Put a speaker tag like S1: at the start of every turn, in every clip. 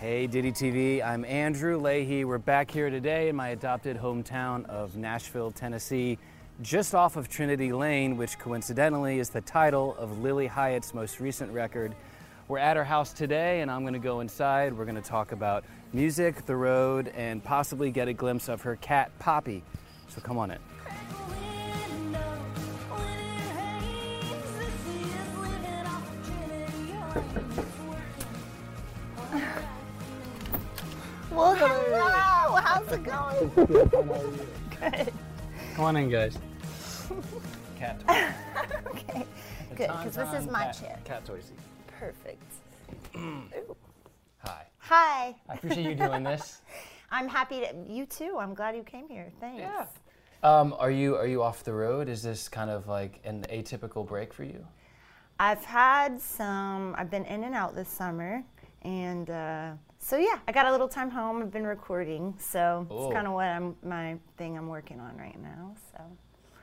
S1: Hey, Diddy TV. I'm Andrew Leahy. We're back here today in my adopted hometown of Nashville, Tennessee, just off of Trinity Lane, which coincidentally is the title of Lily Hyatt's most recent record. We're at her house today, and I'm going to go inside. We're going to talk about music, the road, and possibly get a glimpse of her cat, Poppy. So come on in.
S2: Well, hello. How's it going?
S3: Come on in, guys.
S1: Cat
S2: okay, good. Because this is my chair.
S1: Cat Toysy.
S2: Perfect.
S1: Hi.
S2: Hi.
S3: I appreciate you doing this.
S2: I'm happy to. You too. I'm glad you came here. Thanks.
S1: Um, are you are you off the road? Is this kind of like an atypical break for you?
S2: I've had some. I've been in and out this summer, and uh, so yeah, I got a little time home. I've been recording, so
S1: Oh.
S2: it's kind of what I'm my thing I'm working on right now. So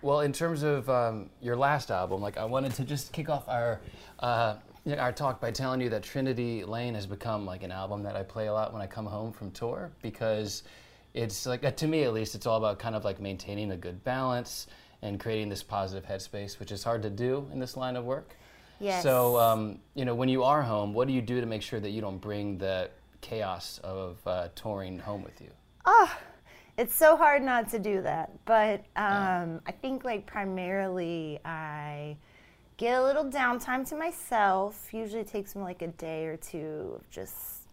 S1: Well, in terms of um, your last album, like I wanted to just kick off our uh, yeah, our talk by telling you that Trinity Lane has become like an album that I play a lot when I come home from tour because it's like uh, to me at least it's all about kind of like maintaining a good balance and creating this positive headspace, which is hard to do in this line of work.
S2: Yes.
S1: So um, you know, when you are home, what do you do to make sure that you don't bring the chaos of uh, touring home with you?
S2: it's so hard not to do that but um, i think like primarily i get a little downtime to myself usually it takes me like a day or two of just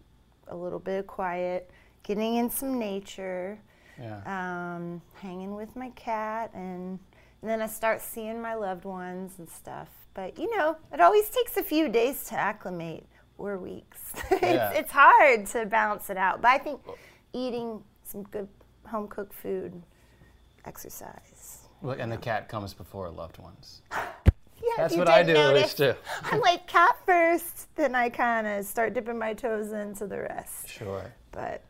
S2: a little bit of quiet getting in some nature
S1: Yeah.
S2: um, hanging with my cat and, and then i start seeing my loved ones and stuff but you know it always takes a few days to acclimate or weeks
S1: Yeah.
S2: it's, it's hard to balance it out but i think eating some good home cooked food exercise
S1: Well, and the cat comes before loved ones.
S2: yeah, if
S1: That's
S2: you
S1: what I do
S2: didn't
S1: at
S2: notice,
S1: least too.
S2: i'm like cat first then i kind of start dipping my toes into the rest
S1: Sure.
S2: but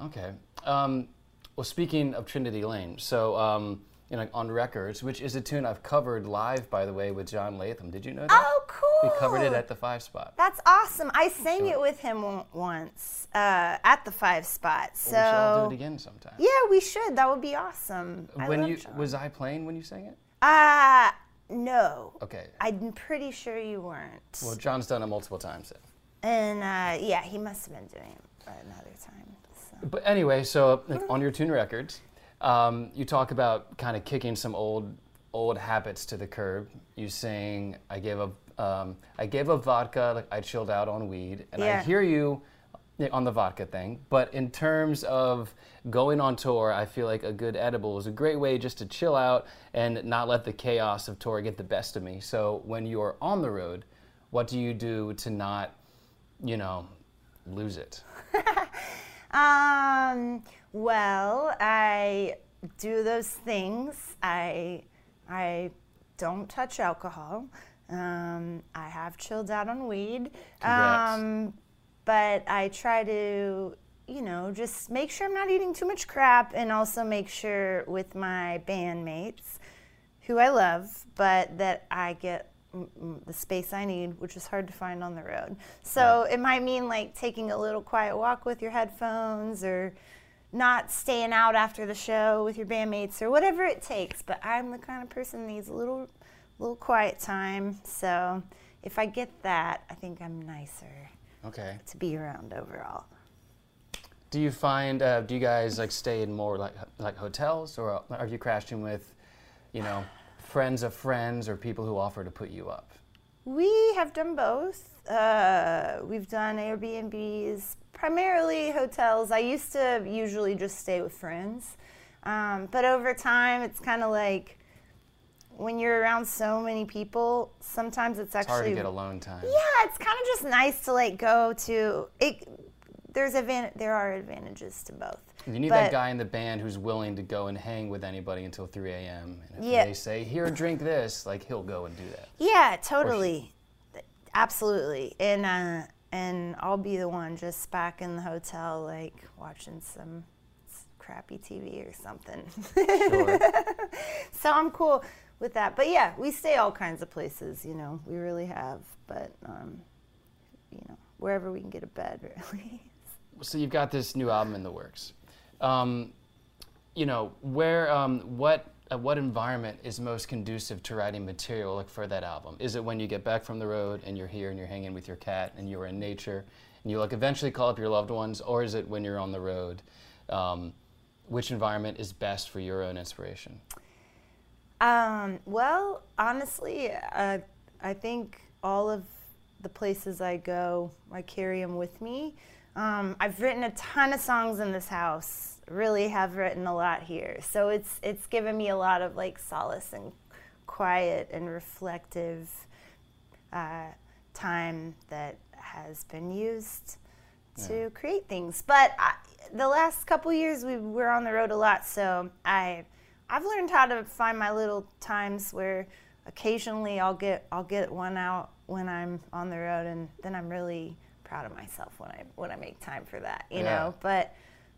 S1: Okay. Um, well, speaking of Trinity Lane, so um, you know, on records, which is a tune I've covered live, by the way, with John Latham. Did you know that?
S2: oh cool
S1: We covered it at the Five Spot.
S2: That's awesome. I sang it with him on- once uh, at the five spot. So
S1: we should all do it again sometime.
S2: yeah, we should. That would be awesome. I
S1: When
S2: love
S1: you
S2: John.
S1: was I playing when you sang it?
S2: uh no.
S1: Okay.
S2: I'm pretty sure you weren't.
S1: Well, John's done it multiple times. Then.
S2: And uh, yeah, he must have been doing it another time. So.
S1: But anyway, so like, on your tune records, um, you talk about kind of kicking some old old habits to the curb. You sing, "I gave up, um, I gave up vodka. Like I chilled out on weed," and I
S2: Yeah.
S1: hear you yeah, on the vodka thing. But in terms of going on tour, I feel like a good edible is a great way just to chill out and not let the chaos of tour get the best of me. So when you're on the road, what do you do to not, you know, lose it?
S2: Um, well, I do those things. I I don't touch alcohol. Um, I have chilled out on weed.
S1: Congrats.
S2: Um, but I try to, you know, just make sure I'm not eating too much crap and also make sure with my bandmates who I love, but that I get mm, mm, the space I need, which is hard to find on the road. So it might mean like taking a little quiet walk with your headphones or not staying out after the show with your bandmates or whatever it takes. But I'm the kind of person that needs a little, little quiet time. So if I get that, I think I'm nicer
S1: Okay.
S2: to be around overall.
S1: Do you find uh, do you guys like stay in more like like hotels or are you crashing with, you know, friends of friends or people who offer to put you up?
S2: We have done both. Uh, we've done Airbnbs, primarily hotels. I used to usually just stay with friends. Um, but over time, it's kind of like when you're around so many people, sometimes it's
S1: It's hard
S2: actually
S1: to get alone time.
S2: yeah, it's kind of just nice to like go to it. There's advan- there are advantages to both.
S1: You need
S2: But-
S1: that guy in the band who's willing to go and hang with anybody until 3 a.m. And if
S2: Yeah.
S1: they say, "Here, drink this," like he'll go and do that.
S2: Yeah, totally, Th- absolutely, and uh, and I'll be the one just back in the hotel, like watching some s- crappy TV or something.
S1: Sure.
S2: so I'm cool with that. But yeah, we stay all kinds of places. You know, we really have. But um, you know, wherever we can get a bed, really.
S1: so you've got this new album in the works. Um, you know, where, um, what, uh, what environment is most conducive to writing material like for that album? Is it when you get back from the road and you're here and you're hanging with your cat and you're in nature and you like eventually call up your loved ones, or is it when you're on the road? Um, which environment is best for your own inspiration?
S2: Um, well, honestly, uh, I think all of the places I go, I carry them with me. Um, I've written a ton of songs in this house. Really have written a lot here, so it's it's given me a lot of like solace and quiet and reflective uh, time that has been used to create things. But I, the last couple years we were on the road a lot, so I I've learned how to find my little times where occasionally I'll get I'll get one out when I'm on the road, and then I'm really proud of myself when I when I make time for that, you
S1: Yeah.
S2: know. But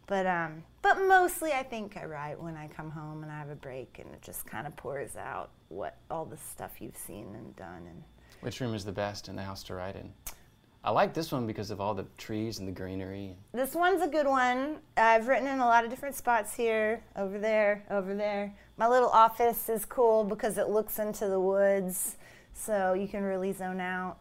S2: but um but mostly I think I write when I come home and I have a break and it just kind of pours out what all the stuff you've seen and done and
S1: Which room is the best in the house to write in? I like this one because of all the trees and the greenery.
S2: This one's a good one. I've written in a lot of different spots here, over there, over there. My little office is cool because it looks into the woods, so you can really zone out.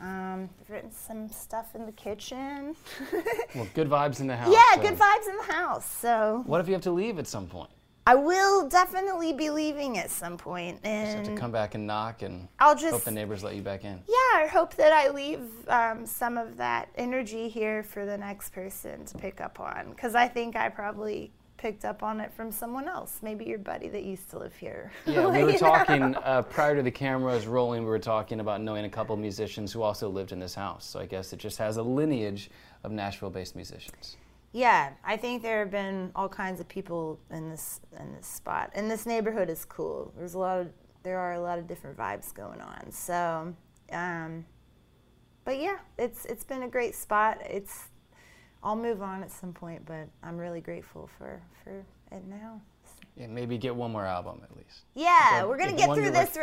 S2: Um, I've written some stuff in the kitchen.
S1: Well, good vibes in the house. uh,
S2: yeah,
S1: so-
S2: good vibes in the house. So
S1: What if you have to leave at some point?
S2: I will definitely be leaving at some point,
S1: You have to
S2: and
S1: come back and knock and
S2: I'll
S1: hope
S2: just
S1: the neighbors let you back in.
S2: yeah, I hope that I leave um, some of that energy here for the next person to pick up on. Because I think I probably picked up on it from someone else. Maybe your buddy that used to live here.
S1: Yeah, we
S2: You
S1: were
S2: know?
S1: talking uh, prior to the cameras rolling. We were talking about knowing a couple musicians who also lived in this house. So I guess it just has a lineage of Nashville-based musicians.
S2: Yeah, I think there have been all kinds of people in this in this spot. And this neighborhood is cool. There's a lot of there are a lot of different vibes going on. So, um, but yeah, it's it's been a great spot. It's I'll move on at some point, but I'm really grateful for for it now.
S1: Yeah, maybe get one more album at least.
S2: Yeah,
S1: Okay,
S2: we're gonna
S1: if
S2: get
S1: one
S2: through
S1: direct-
S2: this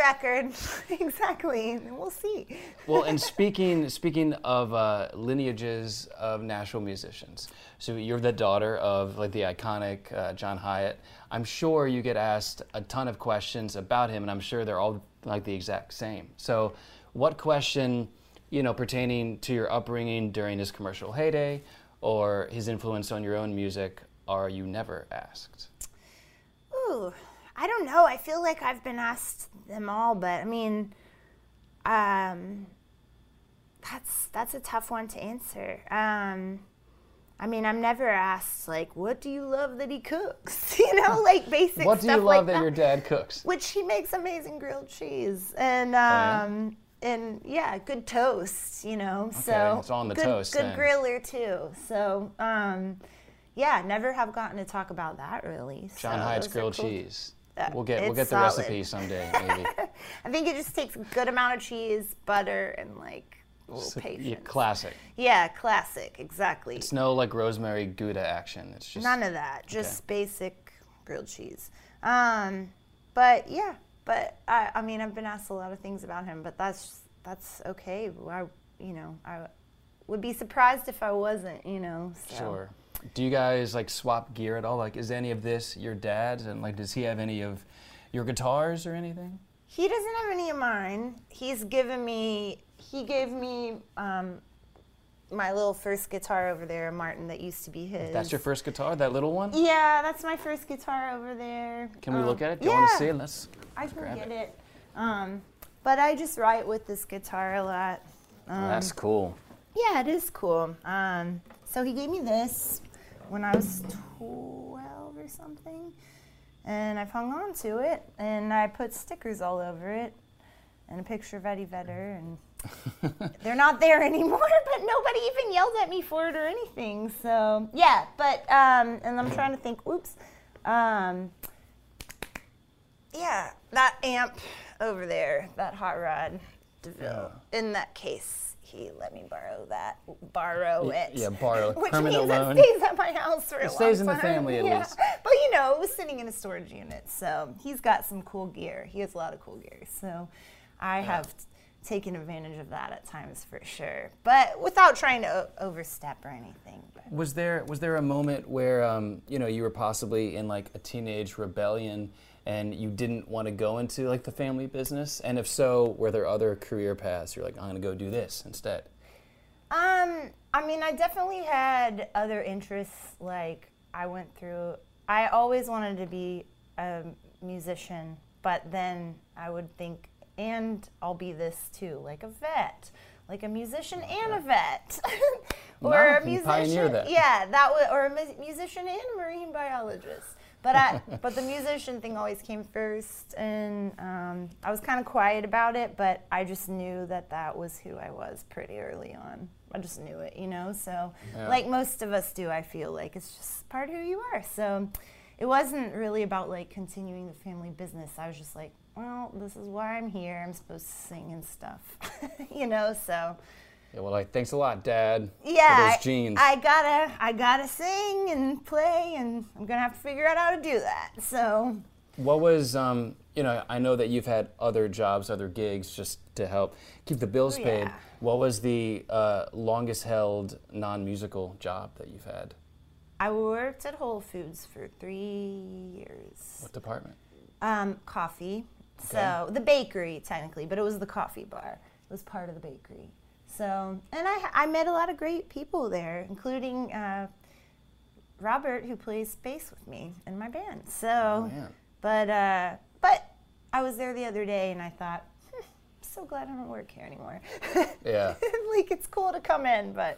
S2: record exactly, and we'll see.
S1: Well, and speaking speaking of uh, lineages of Nashville musicians, so you're the daughter of like the iconic uh, John Hyatt. I'm sure you get asked a ton of questions about him, and I'm sure they're all like the exact same. So, what question, you know, pertaining to your upbringing during his commercial heyday, or his influence on your own music, are you never asked?
S2: Ooh, I don't know. I feel like I've been asked them all, but I mean, um, that's that's a tough one to answer. Um, I mean, I'm never asked like, "What do you love that he cooks?" You know, like basic.
S1: What do you
S2: stuff
S1: love
S2: like
S1: that your dad cooks?
S2: which he makes amazing grilled cheese and
S1: Oh, yeah?
S2: um and yeah, good toast, you know. so
S1: it's all on the
S2: good,
S1: toast
S2: Good
S1: then.
S2: griller too. So um yeah, never have gotten to talk about that
S1: John
S2: really. so
S1: Hyatt's
S2: those are
S1: grilled
S2: cool.
S1: cheese. We'll get we'll get
S2: it's
S1: the
S2: solid.
S1: recipe someday, maybe.
S2: I think it just takes a good amount of cheese, butter, and like a little
S1: So, yeah,
S2: patience.
S1: classic.
S2: yeah, classic, exactly.
S1: It's no like rosemary gouda action. It's just
S2: None of that. Just basic grilled cheese. Um, but yeah, but I, I mean, I've been asked a lot of things about him, but that's that's okay. I, you know, I would be surprised if I wasn't. You know. So.
S1: sure. Do you guys like swap gear at all? Like, is any of this your dad's? And like, does he have any of your guitars or anything?
S2: He doesn't have any of mine. He's given me. He gave me um, my little first guitar over there, a Martin, that used to be his.
S1: That's your first guitar, that little one.
S2: Yeah, that's my first guitar over there.
S1: Can we
S2: Um,
S1: look at it? Do
S2: yeah,
S1: you want to see it? Let's.
S2: I can
S1: grab
S2: get it. Um, but I just write with this guitar a lot. Um,
S1: that's cool.
S2: Yeah, it is cool. Um, so he gave me this when I was 12 or something, and I've hung on to it, and I put stickers all over it, and a picture of Eddie Vedder, and they're not there anymore, but nobody even yelled at me for it or anything. So, yeah, but, um, and I'm trying to think, oops. Um, yeah, that amp over there, that hot rod DeVille. In that case, he let me borrow that, borrow
S1: Y-
S2: it.
S1: yeah, borrow,
S2: Which
S1: permanent
S2: means
S1: loan.
S2: it stays at my house for a
S1: It
S2: long
S1: stays in the
S2: time.
S1: family at
S2: yeah.
S1: least.
S2: But you know, it was sitting in a storage unit, so he's got some cool gear. He has a lot of cool gear, so I have t- taken advantage of that at times for sure, but without trying to o- overstep or anything. But.
S1: Was there was there a moment where um, you know you were possibly in like a teenage rebellion and you didn't want to go into like the family business? And if so, were there other career paths? You're like, I'm gonna go do this instead.
S2: Um, I mean, I definitely had other interests. Like I went through. I always wanted to be a musician, but then I would think, and I'll be this too, like a vet, like a musician and a vet, or
S1: Wow,
S2: a
S1: you pioneered
S2: musician.
S1: that.
S2: Yeah, that was, or a mu- musician and marine biologist. But I, but the musician thing always came first, and um, I was kind of quiet about it. But I just knew that that was who I was pretty early on. I just knew it, you know. So, like most of us do, I feel like it's just part of who you are. So, it wasn't really about like continuing the family business. I was just like, well, this is why I'm here. I'm supposed to sing and stuff, you know. So,
S1: Yeah, well, like thanks a lot, Dad.
S2: yeah,
S1: for
S2: I-
S1: those jeans.
S2: I gotta, I gotta sing and play, and I'm gonna have to figure out how to do that. So,
S1: What was, um, you know, I know that you've had other jobs, other gigs just to help keep the bills
S2: Oh,
S1: paid.
S2: yeah.
S1: What was the uh, longest held non musical job that you've had?
S2: I worked at Whole Foods for three years.
S1: What department?
S2: Um, coffee. So the bakery technically, but it was the coffee bar. It was part of the bakery. So, and I, I met a lot of great people there, including uh, Robert, who plays bass with me in my band. So,
S1: man.
S2: but uh, but I was there the other day, and I thought, hmm, I'm so glad I don't work here anymore.
S1: Yeah.
S2: like it's cool to come in, but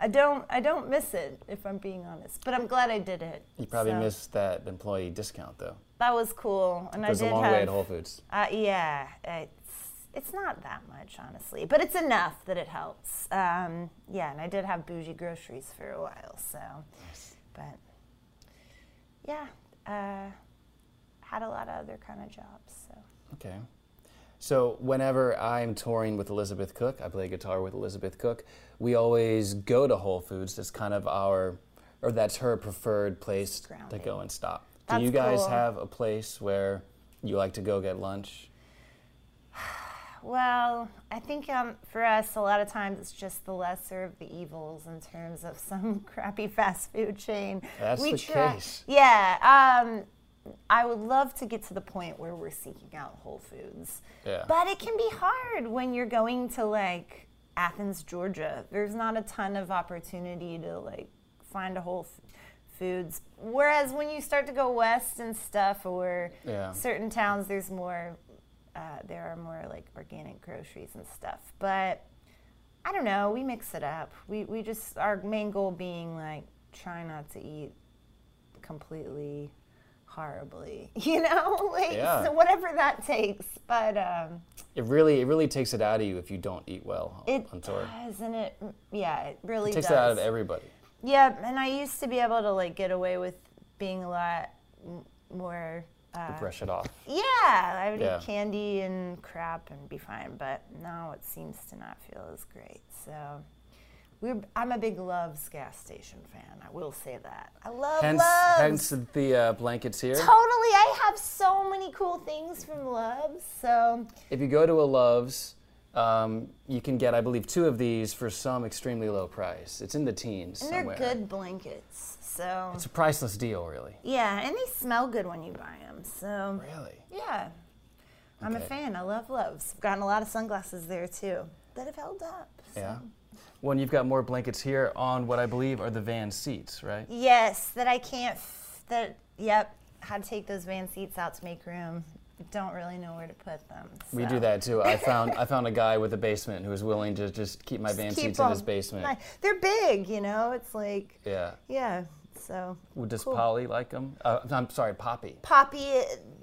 S2: I don't I don't miss it if I'm being honest. But I'm glad I did it.
S1: You probably
S2: So,
S1: missed that employee discount, though.
S2: that was cool, and
S1: It was
S2: I
S1: a
S2: did
S1: long
S2: have
S1: way at Whole Foods.
S2: uh, yeah, it's it's not that much honestly, but it's enough that it helps. Um, yeah, and I did have bougie groceries for a while, so. But yeah, uh, had a lot of other kind of jobs. So
S1: Okay. So whenever I'm touring with Elizabeth Cook, I play guitar with Elizabeth Cook. We always go to Whole Foods. That's kind of our, or that's her preferred place to
S2: grounding.
S1: go and stop.
S2: That's
S1: Do you guys
S2: cool.
S1: have a place where you like to go get lunch?
S2: well, I think um, for us, a lot of times it's just the lesser of the evils in terms of some crappy fast food chain.
S1: That's
S2: we
S1: the
S2: try,
S1: case.
S2: Yeah. Um, I would love to get to the point where we're seeking out Whole Foods.
S1: Yeah.
S2: But it can be hard when you're going to like Athens, Georgia. There's not a ton of opportunity to like find a Whole F- Foods. Whereas when you start to go west and stuff or
S1: Yeah.
S2: certain towns, there's more, uh, there are more like organic groceries and stuff. But I don't know, we mix it up. We, we just, our main goal being like try not to eat completely horribly, you know? like,
S1: Yeah.
S2: so whatever that takes. But um,
S1: It really, it really takes it out of you if you don't eat well
S2: it
S1: on tour.
S2: does, and it, yeah, it really
S1: It takes
S2: does.
S1: it out of everybody.
S2: Yeah, and I used to be able to like get away with being a lot m- more. Uh,
S1: Brush it off.
S2: yeah, I would
S1: Yeah.
S2: eat candy and crap and be fine, but now it seems to not feel as great. So, we're, I'm a big Love's gas station fan. I will say that. I love
S1: Hence,
S2: Love's.
S1: hence the uh, blankets here.
S2: Totally, I have so many cool things from Love's. So,
S1: If you go to a Love's, um, you can get, I believe, two of these for some extremely low price. It's in the teens
S2: and
S1: somewhere.
S2: they're good blankets. So,
S1: It's a priceless deal, really.
S2: yeah, and they smell good when you buy them. So,
S1: Really?
S2: yeah, I'm a
S1: Okay.
S2: fan. I love Love's. I've gotten a lot of sunglasses there too that have held up. so-
S1: Yeah. Well, and you've got more blankets here on what I believe are the van seats, right?
S2: Yes, that I can't. F- that yep, had to take those van seats out to make room. Don't really know where to put them.
S1: We
S2: so.
S1: do that too. I found I found a guy with a basement who was willing to just keep my van
S2: Keep
S1: seats in his
S2: them.
S1: basement.
S2: Ni- They're big, you know. It's like
S1: Yeah.
S2: yeah. So
S1: Would does
S2: Cool.
S1: Polly like them? Uh, I'm sorry, Poppy.
S2: Poppy,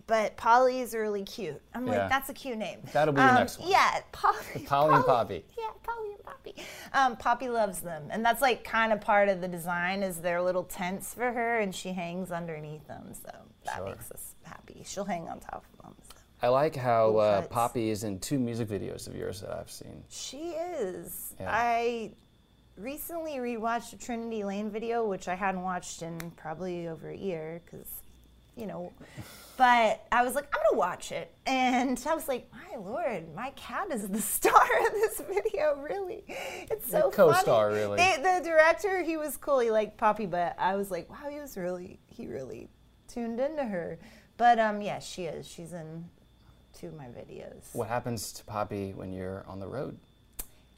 S2: but Polly is really cute. I'm
S1: Yeah.
S2: like, that's a cute name. Um,
S1: That'll be your next one.
S2: Yeah, Polly.
S1: Polly and Poppy.
S2: Yeah, Polly and Poppy. Um, Poppy loves them, and that's like kind of part of the design is their little tents for her, and she hangs underneath them, so that
S1: Sure.
S2: makes us happy. She'll hang on top of them. so.
S1: I like how
S2: Cool
S1: uh,
S2: cuts.
S1: Poppy is in two music videos of yours that I've seen.
S2: She is.
S1: Yeah.
S2: I recently rewatched a Trinity Lane video, which I hadn't watched in probably over a year because you know. But I was like, I'm gonna watch it, and I was like, my lord, my cat is the star of this video. Really, it's so
S1: Your co-star,
S2: funny.
S1: really.
S2: They- the director, he was cool. He liked Poppy, but I was like, wow, he was really, he really tuned into her. But um, yeah, she is. She's in two of my videos.
S1: What happens to Poppy when you're on the road?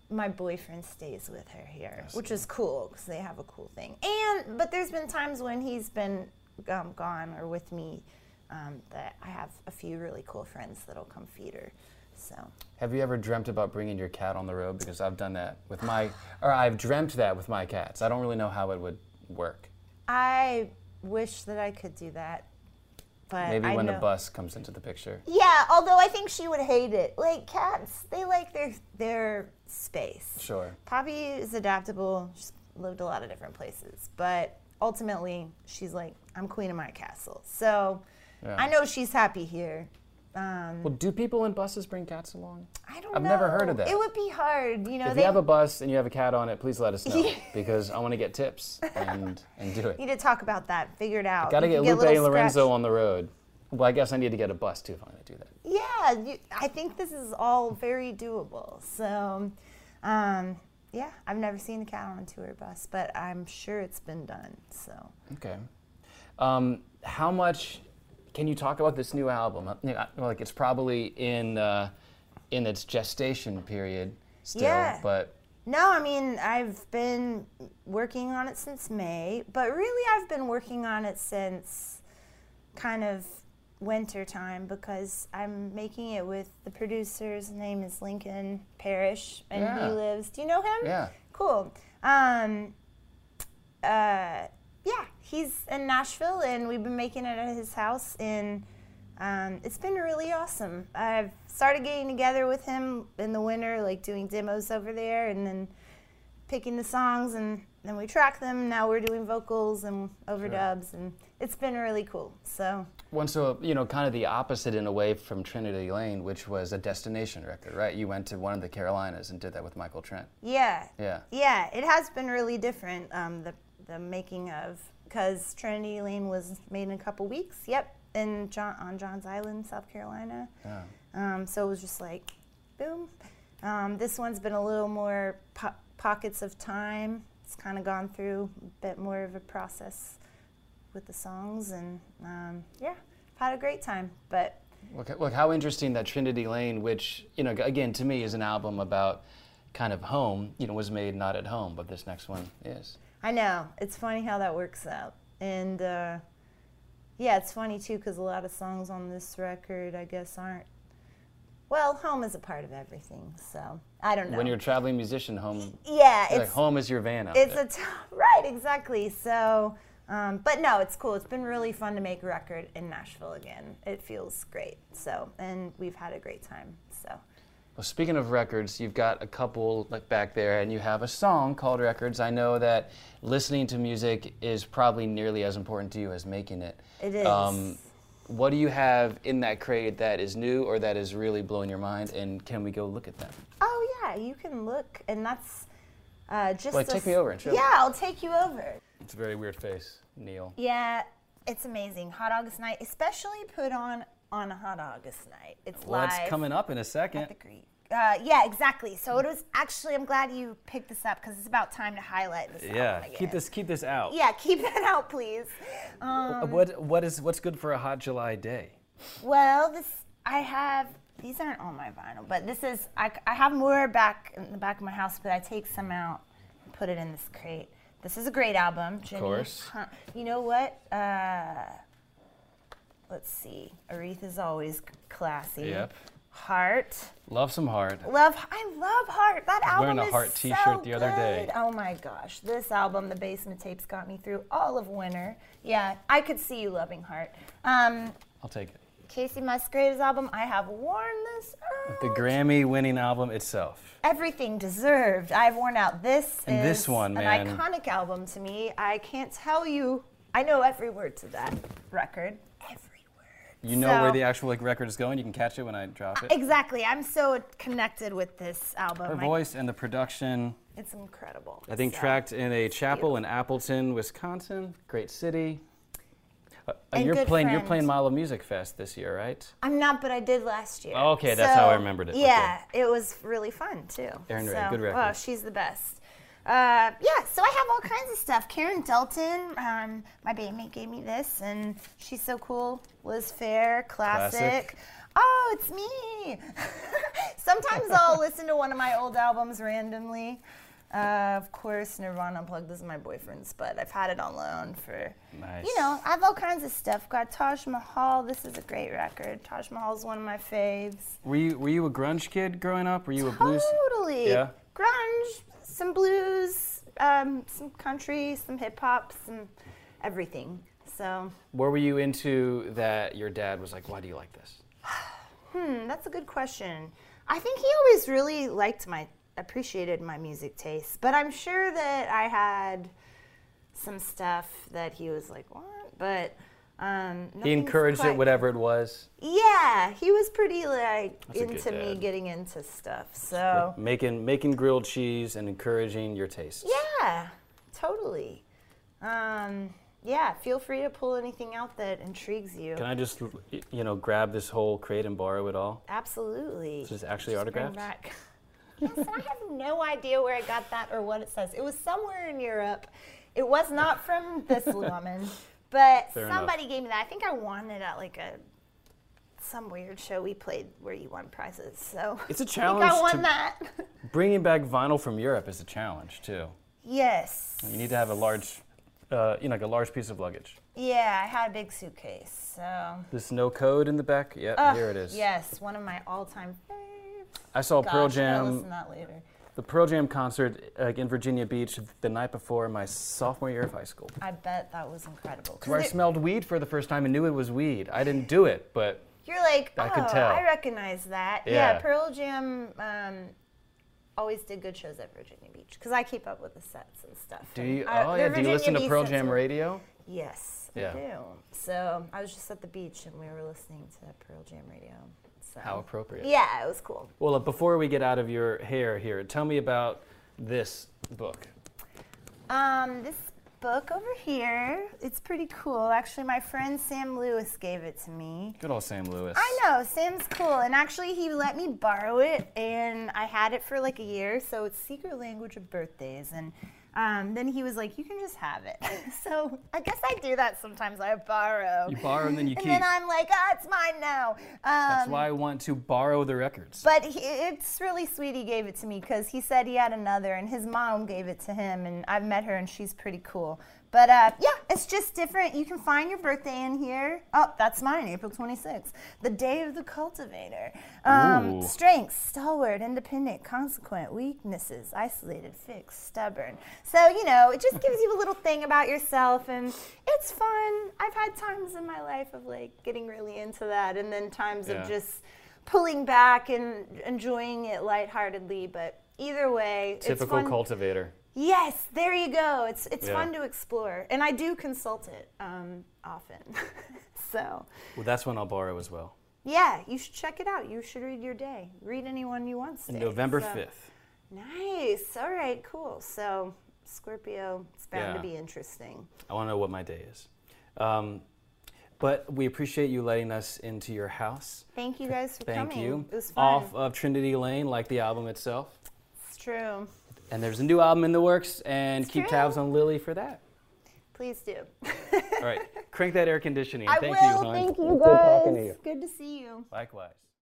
S2: my boyfriend stays with her here, which is cool because they have a cool thing. And but there's been times when he's been um, gone or with me um, that I have a few really cool friends that'll come feed her. So
S1: Have you ever dreamt about bringing your cat on the road? Because I've done that with my, or I've dreamt that with my cats. I don't really know how it would work.
S2: I wish that I could do that, but
S1: Maybe
S2: I
S1: when
S2: know.
S1: the bus comes into the picture.
S2: yeah, although I think she would hate it. Like cats, they like their their space.
S1: Sure.
S2: Poppy is adaptable. She's lived a lot of different places, but ultimately, she's like, I'm queen of my castle. So I know she's happy here. Um,
S1: Well, do people in buses bring cats along?
S2: I don't.
S1: I've
S2: know.
S1: never heard of that.
S2: It would be hard, you know.
S1: If
S2: they
S1: you have a bus and you have a cat on it, please let us know because I want to get tips and and do it.
S2: need to talk about that. Figure it out.
S1: Got to
S2: You
S1: get
S2: can
S1: Lupe
S2: little
S1: and Lorenzo
S2: scratch-
S1: on the road. Well, I guess I need to get a bus too if I'm going to do that.
S2: Yeah, you, I think this is all very doable. So, um, yeah, I've never seen a cat on a tour bus, but I'm sure it's been done. So.
S1: Okay. Um, how much can you talk about this new album? Uh, you know, I- Like it's probably in uh, in its gestation period still,
S2: Yeah.
S1: but
S2: No, I mean, I've been working on it since May, but really I've been working on it since kind of winter time because I'm making it with the producer's name is Lincoln Parrish and
S1: Yeah.
S2: he lives. Do you know him?
S1: Yeah.
S2: Cool. Um uh yeah, he's in Nashville and we've been making it at his house in um, it's been really awesome. I've started getting together with him in the winter, like doing demos over there, and then picking the songs, and then we track them. Now we're doing vocals and overdubs, and it's been really cool. So
S1: once so you know, kind of the opposite in a way from Trinity Lane, which was a destination record, right? You went to one of the Carolinas and did that with Michael Trent.
S2: yeah,
S1: Yeah.
S2: yeah, it has been really different. Um, the the making of because Trinity Lane was made in a couple weeks. Yep, in John on John's Island, South Carolina.
S1: Yeah.
S2: Um, so it was just like, boom. Um, this one's been a little more po- pockets of time. It's kind of gone through a bit more of a process with the songs, and um, yeah, had a great time. But
S1: Look, look how interesting that Trinity Lane, which you know, again to me is an album about kind of home. You know, was made not at home, but this next one is.
S2: I know it's funny how that works out, and uh, yeah, it's funny too because a lot of songs on this record, I guess, aren't. Well, home is a part of everything, so I don't know.
S1: When you're a traveling musician, home
S2: yeah,
S1: like
S2: it's
S1: home is your van out
S2: it's
S1: there.
S2: a t- right exactly so um, but no it's cool it's been really fun to make a record in nashville again it feels great so and we've had a great time so
S1: Well, speaking of records, you've got a couple like back there, and you have a song called "Records." I know that listening to music is probably nearly as important to you as making it. Um,
S2: It is.
S1: what do you have in that crate that is new or that is really blowing your mind? And can we go look at them?
S2: oh yeah you can look and that's uh, just
S1: Like,
S2: a
S1: take
S2: s-
S1: me over and show me.
S2: yeah i'll take you over
S1: It's a very weird face, Neil.
S2: yeah it's amazing hot august night especially put on on a hot august night it's
S1: Well,
S2: live
S1: it's coming up in a second.
S2: the Greek. Uh, yeah, exactly. So it was actually. I'm glad you picked this up because it's about time to highlight this. album
S4: Yeah,
S2: again.
S4: keep this keep this out. Uh,
S2: Yeah, keep that out, please. Um,
S4: What what is what's good for a hot July day?
S2: well, this I have. These aren't on my vinyl, but this is. I, I have more back in the back of my house, but I take some out and put it in this crate. This is a great album. Jenny
S1: course.
S2: Hunt- You know what? Uh, let's see. Aretha's always classy.
S1: Yep.
S2: Heart.
S1: Love some hard.
S2: Love, I love Heart. That
S1: was
S2: album
S1: wearing a
S2: is
S1: Heart
S2: so
S1: t-shirt the other day.
S2: good. Oh my gosh, this album, the Basement Tapes, got me through all of winter. Yeah, I could see you loving Heart. Um,
S1: I'll take it.
S2: Casey Musgraves' album, I have worn this. Out.
S4: The Grammy-winning album itself.
S2: Everything deserved. I've worn out. This
S1: And
S2: is
S1: this one,
S2: an
S1: man.
S2: iconic album to me. I can't tell you. I know every word to that record. Every word.
S4: You know where
S2: So-
S4: the actual like record is going. You can catch it when I drop it.
S2: Exactly. I'm so connected with this album.
S4: Her
S2: I-
S4: voice and the production.
S2: it's incredible.
S4: I think
S2: So-
S4: tracked in a chapel in Appleton, Wisconsin.
S1: Great city. Uh,
S2: And
S1: you're
S2: good
S1: playing. You're
S2: friend.
S1: playing Milo Music Fest this year, right?
S2: I'm not, but I did last year.
S1: Oh, Okay, that's how I remembered it. Okay.
S2: Yeah, it was really fun too.
S1: Erin
S2: so,
S1: Ray, good
S2: Wow,
S1: record.
S2: she's the best. Uh, yeah, so I have all kinds of stuff. Karen Delton, um, my bandmate, gave me this, and she's so cool. Liz Fair, classic.
S1: Classic.
S2: Oh, it's me. Sometimes I'll listen to one of my old albums randomly. Uh, of course, Nirvana Unplugged is my boyfriend's, but I've had it on loan for
S1: Nice.
S2: you know, I have all kinds of stuff. Got Taj Mahal. This is a great record. Taj Mahal's one of my faves.
S1: Were you Were you a grunge kid growing up? Were you a blues?
S2: Totally.
S1: Yeah.
S2: Grunge, some blues, um, some country, some hip hop, some everything. So
S1: Where were you into that? Your dad was like, "Why do you like this?"
S2: hmm, that's a good question. I think he always really liked my appreciated my music taste, but I'm sure that I had some stuff that he was like, "What?" But um,
S1: He
S2: nothing's
S1: encouraged it,
S2: quite-
S1: whatever it was,
S2: Yeah, he was pretty like
S1: That's a good
S2: into me
S1: dad.
S2: getting into stuff. So
S1: making making grilled cheese and encouraging your tastes.
S2: yeah, totally. Um, yeah, feel free to pull anything out that intrigues you.
S1: Can I just, y- you know, grab this whole crate and borrow it all?
S2: Absolutely.
S1: This is actually
S2: Bring
S1: autographed.
S2: back. yes, and I have no idea where I got that or what it says. It was somewhere in Europe. It was not from this woman, but
S1: Fair enough.
S2: somebody gave me that. I think I won it at like a some weird show we played where you won prizes. So
S1: It's a
S2: I
S1: challenge
S2: think I won
S1: to-
S2: that.
S1: Bringing back vinyl from Europe is a challenge too.
S2: Yes.
S1: You need to have a large, uh, you know, like a large piece of luggage.
S2: Yeah, I had a big suitcase. So.
S1: This no code in the back. Yeah,
S2: Ugh,
S1: here it is.
S2: Yes, one of my all-time faves.
S1: I saw
S2: Gosh,
S1: Pearl
S2: I'm gonna listen to
S1: Jam,
S2: that later.
S1: the Pearl Jam concert like, in Virginia Beach the night before my sophomore year of high school.
S2: I bet that was incredible. 'Cause
S1: Where I
S2: it-
S1: smelled weed for the first time and knew it was weed. I didn't do it, but
S2: you're like, oh,
S1: I could tell."
S2: I recognize that. Yeah,
S1: Yeah.
S2: Pearl Jam um, always did good shows at Virginia Beach because I keep up with the sets and stuff.
S1: do
S2: and
S1: you?
S2: I-
S1: oh yeah,
S2: their
S1: do you
S2: Uh, Virginia
S1: listen to
S2: Beach
S1: Pearl
S2: sets
S1: Jam
S2: were-
S1: radio?
S2: Yes,
S1: Yeah.
S2: I do. So I was just at the beach and we were listening to Pearl Jam radio. So.
S1: How appropriate.
S2: Yeah, it was cool.
S1: Well, uh, before we get out of your hair here, tell me about this book.
S2: Um, this book over here, it's pretty cool. Actually, my friend Sam Lewis gave it to me.
S1: Good old Sam Lewis.
S2: I know, Sam's cool. And actually, he let me borrow it, and I had it for like a year. So it's Secret Language of Birthdays. And um, then he was like, You can just have it. so I guess I do that sometimes. I borrow.
S1: You borrow and then you
S2: and
S1: keep.
S2: then I'm like, Ah, it's mine now. Um,
S1: That's why I want to borrow the records.
S2: but he, it's really sweet he gave it to me because he said he had another, and his mom gave it to him, and I've met her, and she's pretty cool. But uh, yeah, it's just different. You can find your birthday in here. Oh, that's mine, April 26th, the day of the cultivator. Um,
S1: Ooh.
S2: strengths, stalwart, independent, consequent, weaknesses, isolated, fixed, stubborn. So, you know, it just gives you a little thing about yourself, and it's fun. I've had times in my life of like getting really into that, and then times
S1: Yeah.
S2: of just pulling back and enjoying it lightheartedly. But either way, it's
S1: Typical
S2: fun.
S1: cultivator.
S2: Yes, there you go. It's it's
S1: Yeah.
S2: fun to explore, and I do consult it um, often. so
S1: Well, that's when I'll borrow as well.
S2: yeah, you should check it out. You should read your day. Read anyone you want to.
S1: November
S2: So-
S1: 5th.
S2: Nice. All right. Cool. So Scorpio, it's bound to
S1: Yeah.
S2: be interesting.
S1: I want to know what my day is. Um, but we appreciate you letting us into your house.
S2: Thank you guys for
S1: Thank
S2: coming.
S1: you.
S2: It was fun.
S1: Off of Trinity Lane, like the album itself.
S2: It's true.
S1: And there's a new album in the works, and
S2: It's
S1: keep
S2: true.
S1: tabs on Lily for that.
S2: Please do.
S1: All right, crank that air conditioning.
S2: I
S1: Thank
S2: will.
S1: you, hon.
S2: Thank you guys. Good to see you.
S1: Likewise.